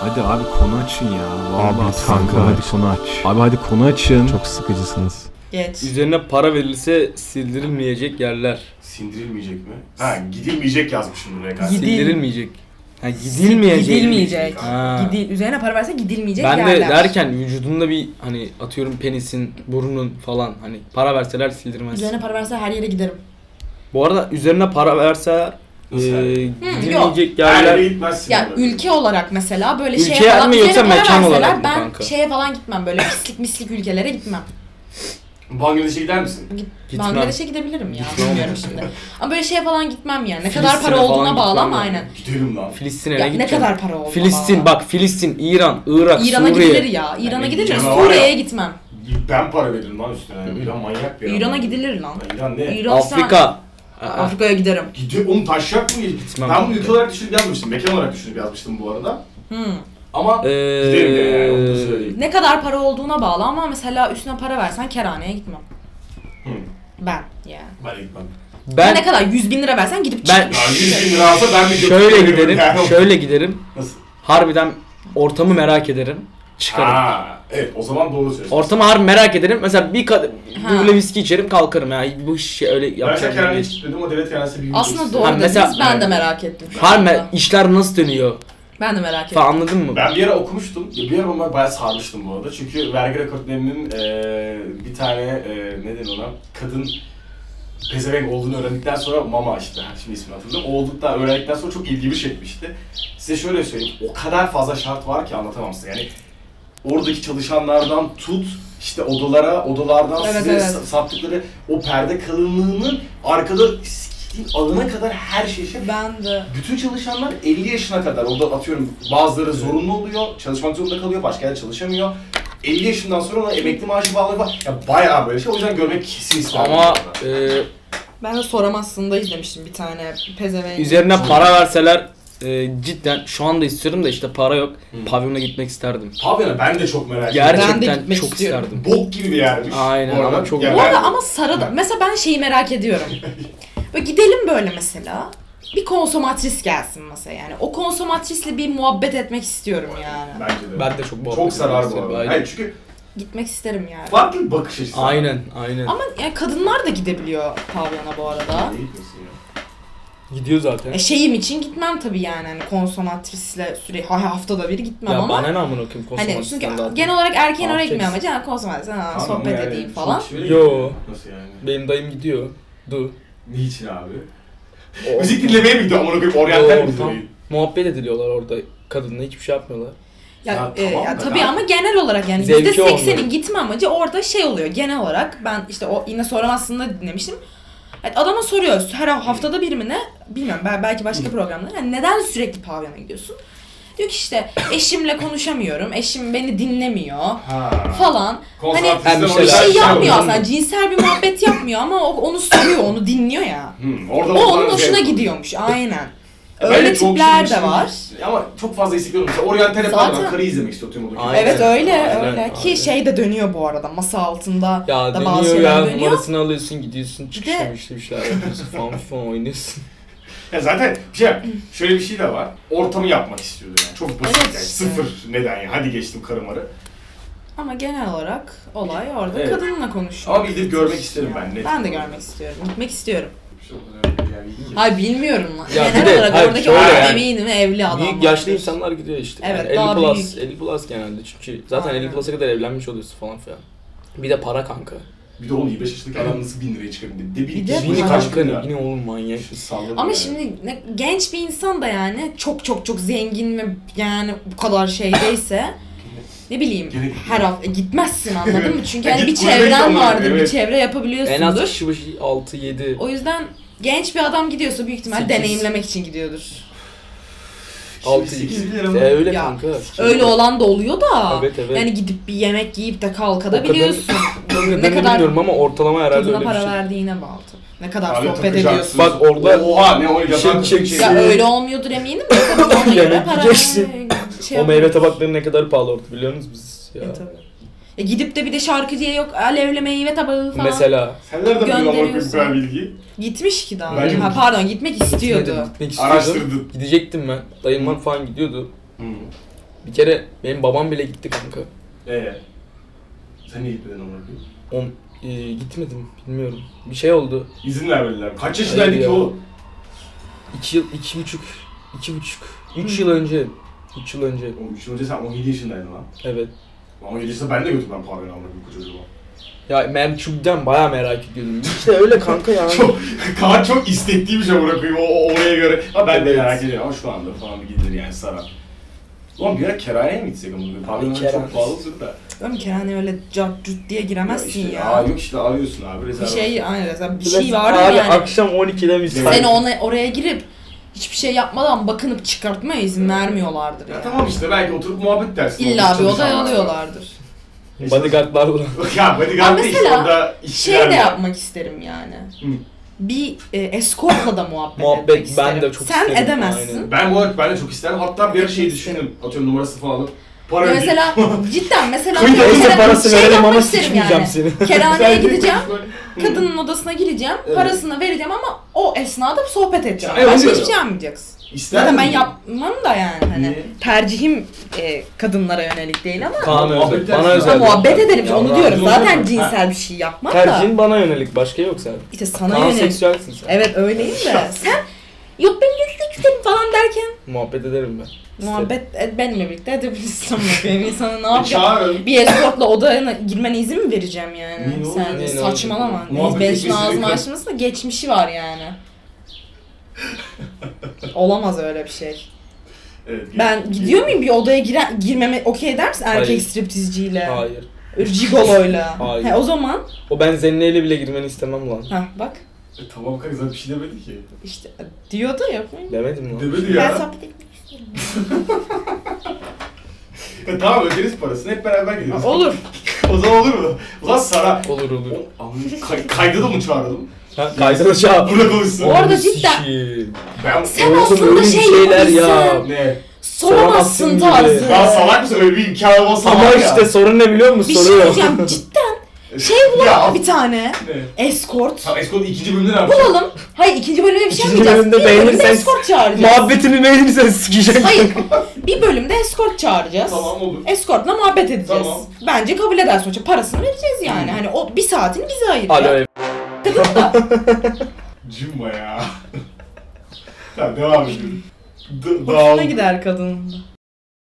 Hadi abi konu açın ya. Vallahi Abi, kanka konu hadi aç. konu aç. Abi hadi konu açın. Çok sıkıcısınız. Geç. Üzerine para verilse sildirilmeyecek yerler. Sindirilmeyecek mi? Ha gidilmeyecek yazmışım buraya karşı. Gidil- Sildirilmeyecek. Ha gidilmeyecek. Gidilmeyecek. Ha. Gidil, üzerine para verse gidilmeyecek Ben de yerler. derken vücudunda bir hani atıyorum penisin, burnun falan hani para verseler sildirmez. Üzerine para verse her yere giderim. Bu arada üzerine para verse e, Nasıl yani? gidilmeyecek Her yerler. yere gitmezsin. Ya orada. ülke olarak mesela böyle Ülke şeye falan mi yoksa üzerine para mekan verseler olarak mı ben kanka? şeye falan gitmem böyle pislik mislik ülkelere gitmem. Bangladeş'e şey gider misin? Git, Gitmem. Bangladeş'e gidebilirim ya Gitmem. bilmiyorum şimdi. Ama böyle şeye falan gitmem yani. Ne kadar Filistin'e para falan olduğuna bağlı gitmem ama yani. aynen. Giderim lan. Filistin'e Ya ne ne gideceksin? kadar para olduğuna Filistin bağlı. bak Filistin, İran, Irak, İran'a Suriye. gidilir ya. İran'a Yani gidilir. İran'a var Suriye'ye ya. gitmem. Ben para veririm lan üstüne. İran manyak bir adam. İran'a gidilir lan. Lan İran ne? İran Afrika. Aa, Afrika'ya giderim. Gidiyor oğlum taşacak mı? Gitmem. Ben bu ülke olarak düşünüp yazmıştım. Mekan olarak düşünüp yazmıştım bu arada. Hmm. Ama Ee, giderim de yani onu da söyleyeyim. Ne kadar para olduğuna bağlı ama mesela üstüne para versen kerhaneye gitmem. Hı. Ben yani. Ben gitmem. Ben, ben ne kadar? 100 bin lira versen gidip Ben- çıkmış. Ya 100 bin lira alsa ben bir şöyle götürürüm giderim, yani. şöyle giderim. Nasıl? Harbiden ortamı merak ederim. Çıkarım. Ha, evet o zaman doğru söylüyorsun. Ortamı harbi merak ederim. Mesela bir kad Ha. duble viski içerim kalkarım ya. Bu şey öyle Ben yapacağım. şekerhaneye Ben gitmedim o devlet kerhanesi bir gün Aslında geçti. doğru Ha, dediniz. mesela- ben de merak ettim. şu Harbi anda. me- işler nasıl dönüyor Ben de merak ettim. falan anladın mı? Ben bir ara okumuştum. Ya bir ara ben bayağı sarmıştım bu arada. Çünkü vergi rekortmeninin eee bir tane eee ne denir ona kadın pezevenk olduğunu öğrendikten sonra Mama işte şimdi ismini hatırladım. O olduktan öğrendikten sonra çok ilgimi çekmişti. Size şöyle söyleyeyim. O kadar fazla şart var ki anlatamam size. Yani oradaki çalışanlardan tut işte odalara, odalardan Evet, size evet. sa- sattıkları o perde kalınlığının arkada siktiğin alana kadar her şey şey. Ben de. Bütün çalışanlar 50 yaşına kadar, o da atıyorum bazıları zorunlu oluyor, çalışmak zorunda kalıyor, başka yerde çalışamıyor. 50 yaşından sonra ona emekli maaşı bağlı var. Ya bayağı böyle şey, o yüzden görmek kesin isterdim. Ama e, Ben de soramazsında izlemiştim bir tane pezevenk. üzerine para verseler e, cidden şu anda istiyorum da işte para yok. Pavyona gitmek isterdim. Pavyona ben de çok merak ediyorum. Ben de Gerçekten gitmek çok istiyorum. isterdim. Bok gibi bir yermiş. Aynen, Bu arada. ama çok- Ya Bu ben- arada ama Sara'da mesela ben şeyi merak ediyorum. Böyle gidelim böyle mesela. Bir konsomatris gelsin masaya yani. O konsomatrisle bir muhabbet etmek istiyorum yani. Bence de. Ben de çok muhabbet Çok sarar bu etmek arada. isterim, Hayır çünkü Gitmek isterim yani. farklı bir bakış açısı. Aynen aynen. Ama yani kadınlar da gidebiliyor pavyona bu arada. Ne gitmesin ya? Gidiyor zaten. E, şeyim için gitmem tabii yani hani konsomatrisle sürekli ha- haftada bir gitmem Ya ama. bana ne amına koyayım Hani konsomatristan çünkü zaten. genel olarak erkeğin Ne oraya gitmiyor yapacaksın? amacı yani konsomatris ha, Tamam sohbet yani, edeyim çok falan. şöyle Yo. gidiyor. Nasıl yani? Benim dayım gidiyor. Du. Niçin abi? Müzik dinlemeye mi gidiyor? Amına koyayım oryantal Doğru, mi tam. dinleyin? Muhabbet ediliyorlar orada. Kadınla hiçbir şey yapmıyorlar. Ya, Ha, e, tamam ya da tabii ben- ama genel olarak yani Zevki %80'in olmuyor. gitme amacı orada şey oluyor genel olarak. Ben işte o yine soramazsında dinlemiştim. Yani adama soruyor her haftada bir mi ne? Bilmiyorum ben belki başka programda. Yani neden sürekli pavyona gidiyorsun? Diyor ki işte eşimle konuşamıyorum, eşim beni dinlemiyor Ha. falan. Konsantrasyon Hani- orada Bir Bir şey şey Belki yapmıyor oluyor. aslında. Cinsel bir muhabbet yapmıyor ama o onu soruyor, onu dinliyor ya. Hmm, orada O onun zevk hoşuna alıyor. gidiyormuş aynen. Ben Öyle de çok tipler de üzülmüştüm. var. Ama çok fazla istekliyorum. Mesela Oriental hep Zaten- var. Karı izlemek istiyor tüm odaki. Aynen. Evet öyle aynen, öyle aynen. ki şey de dönüyor bu arada masa altında Ya da bazı dönüyor ya şeyler dönüyor. numarasını alıyorsun gidiyorsun çıkışta de- işte bir şeyler yapıyorsun falan falan oynuyorsun. Ya zaten bir şey şöyle bir şey de var. Ortamı yapmak istiyordu yani. Çok basit Evet yani. işte. Sıfır neden ya. Hadi geçtim karı marı. Ama genel olarak olay orada Evet. kadınla konuşuyor. Ama bir gidip görmek isterim ben, net. Ben de görmek istiyorum. Gitmek istiyorum. Bir şey olmadı yani. İyi ki. Hayır bilmiyorum lan. Ya bir genel de- olarak hayır, oradaki şöyle olan yani. eminim evli adam. Büyük yaşlı insanlar gidiyor işte. Evet, yani daha 50 plus, büyük. 50 plus genelde çünkü zaten Aynen. 50 plus'a kadar evlenmiş oluyorsun falan filan. Bir de para kanka. Bir de 15 yaşındaki adam nasıl 1000 liraya çıkabilir? De Bir bir de kişi Yine para. kaç kanka bin ne lira? yine oğlum manyak. Şu salladı Ama yani. şimdi ne- genç bir insan da yani çok çok çok zengin ve yani bu kadar şeydeyse ne bileyim Gerek yok. her hafta gitmezsin anladın mı? Çünkü Ya yani bir git kulübe git çevren ama, vardır, bir evet. çevre yapabiliyorsundur. En az kişi başı 6 7. O yüzden genç bir adam gidiyorsa büyük ihtimal Sekiz. deneyimlemek için gidiyordur. altı- 8 bin lira mı? E, öyle Ya, kanka. Öyle olan da oluyor da. Evet, evet. Yani gidip bir yemek yiyip de kadar- kalkabiliyorsun. ne ne kadar kadar bilmiyorum ama ortalama herhalde kadına öyle bir para şey. verdiğine bağlı. tabii. Ne kadar Abi sohbet takacaksın. ediyorsun. Bak orada- Oha ne o Şey yatan çeksin. Ya öyle olmuyordur eminim de tabii ona göre Yemek para yiyeceksin. şey o meyve yapıyoruz. tabakları ne kadar pahalı orada biliyor musunuz biz ya. E, tabii. E, gidip de bir de şarkı diye yok alevle meyve tabağı falan. Mesela Sen nereden biliyorsun amına koyayım bu Gönderiyorsun. kadar bilgiyi? Gitmiş ki daha. Bence ha, pardon gitmek istiyordu. Gitmek istiyordum. Araştırdın. Gidecektim ben. Dayımlar falan gidiyordu. Hı. Bir kere benim babam bile gitti kanka. Ee, sen niye gitmedin amına koyayım? On, e, gitmedim bilmiyorum. Bir şey oldu. İzin vermediler. Kaç Hayır yaşındaydık ya. ki oğlum? 2 yıl, iki buçuk, iki buçuk, üç yıl önce. Üç yıl önce. Oğlum 3 yıl önce sen 17 yaşındaydın lan. Evet. Lan 17 yaşında ben de götürmem pavyona amına koyayım koca çocuğuma. Ya ben çubden bayağı merak ediyordum. İşte öyle kanka ya. Çok, Kaan çok istekli bir şey bırakayım o, o- oraya göre. Ha ben de Evet. merak ediyorum ama şu anda falan bir gidilir yani sarar. Oğlum bir ara kerhaneye mi gitsek amına koyayım? Pavyona Kerhane. çok pahalı olur da. Oğlum Kerane öyle cart cürt diye giremezsin işte, ya. Aa yok işte arıyorsun abi bir rezervasyon. şey aynen mesela bir Biraz- şey var Abi yani. akşam 12'de müsait. Seni ona, oraya girip hiçbir şey yapmadan bakınıp çıkartmaya izin vermiyorlardır Ya yani. tamam işte belki oturup muhabbet dersin. İlla bir Oturup odaya çalışan var. alıyorlardır. Bodyguardlarla. ya bodyguard Ama değil mesela orada Şey işçiler de var. yapmak isterim yani. Hı. Bir e, escortla da muhabbet, Muhabbet, etmek isterim. ben de çok Sen isterim, edemezsin. aynen. Ben bu olarak ben de çok isterim. Hatta bir ara şey düşündüm. Atıyorum numarası falan alıp para Ya ödeyip. mesela cidden mesela Kıyı mesela dönüşte parası verelim şey yapmak ama isterim sikmeyeceğim seni. Kerhaneye Sen de gideceğim. konuşmak- Kadının odasına gireceğim. Evet. E, Parasını vereceğim ama o esnada sohbet edeceğim. Evet, Başka evet. hiçbir şey yapmayacaksın. İster Zaten ben miydin? yapmam da yani hani Niye? tercihim e, kadınlara yönelik değil ama Kaan özel. Muhabbet Bana dersin. Ha, özel. muhabbet ederim Ya onu Allah. diyorum. Doğru. Zaten Ha. cinsel bir şey yapmam da. Tercihin bana yönelik başka yok sen. İşte sana Kaan yönelik. seksüelsin sen. Evet öyleyim de. Sen yok ben yüzde isterim falan derken Muhabbet ederim ben. İsterim. muhabbet et, benimle birlikte edebilirsin ama benim insana ne E, yapacağım? Çağırın. Bir escortla odana girmene izin mi vereceğim yani? Niye oğlum? Sen de Niye ne saçmalama. olacak? Neyse Muhabbet ben etmesini şimdi ağzımı kal- açmasın da geçmişi var yani. Olamaz öyle bir şey. Evet, gel. Ben gidiyor muyum bir odaya giren, girmeme okey der misin erkek Hayır. striptizciyle? Hayır. Gigolo'yla. Hayır. He, o zaman O ben Zenne'yle bile girmeni istemem lan. ha bak E, tamam kanka sen bir şey demedi ki. işte diyordu yapmayın. Demedim lan. Demedi Ben ya. sohbet etmek istiyorum. E, tamam öderiz parasını hep beraber gideriz. Olur. o zaman olur mu? Ulan Sara. Olur olur. O- amına- Kay, kayda da mı çağıralım? Ha, kaydını çağır. Burada konuşsun. O- arada Oğlum, cidden- sikiyim. Ben... Sen Oğlum, aslında öyle şey şeyler ya. yapıyorsun. Ne? Soramazsın Soramazsın tarzı. gibi. Lan salak mısın? Öyle bir imkan olmasa Ama var ya. E, işte sorun ne biliyor musun? Bir şey Soru yok. diyeceğim cidden. Şey bulalım Ya. bir tane. Ne? Escort. Tamam Esco'nun ikinci bölümünde ne yapacağız? Bulalım. Hayır ikinci bölümde bir şey İkinci yapmayacağız. bölümde bir bölümde beğenirsen- escort çağıracağız. Muhabbetini beğenirsen sikecek. Hayır. Bir bölümde escort çağıracağız. Tamam olur. Escortla muhabbet edeceğiz. Tamam. Bence kabul eder sonuçta. Parasını vereceğiz yani. Hmm. Hani o bir saatini bize ayırıyor. Alo ev. Kadın da Cumba ya. tamam devam edelim. D- hoşuna dağıldık. gider kadının. da.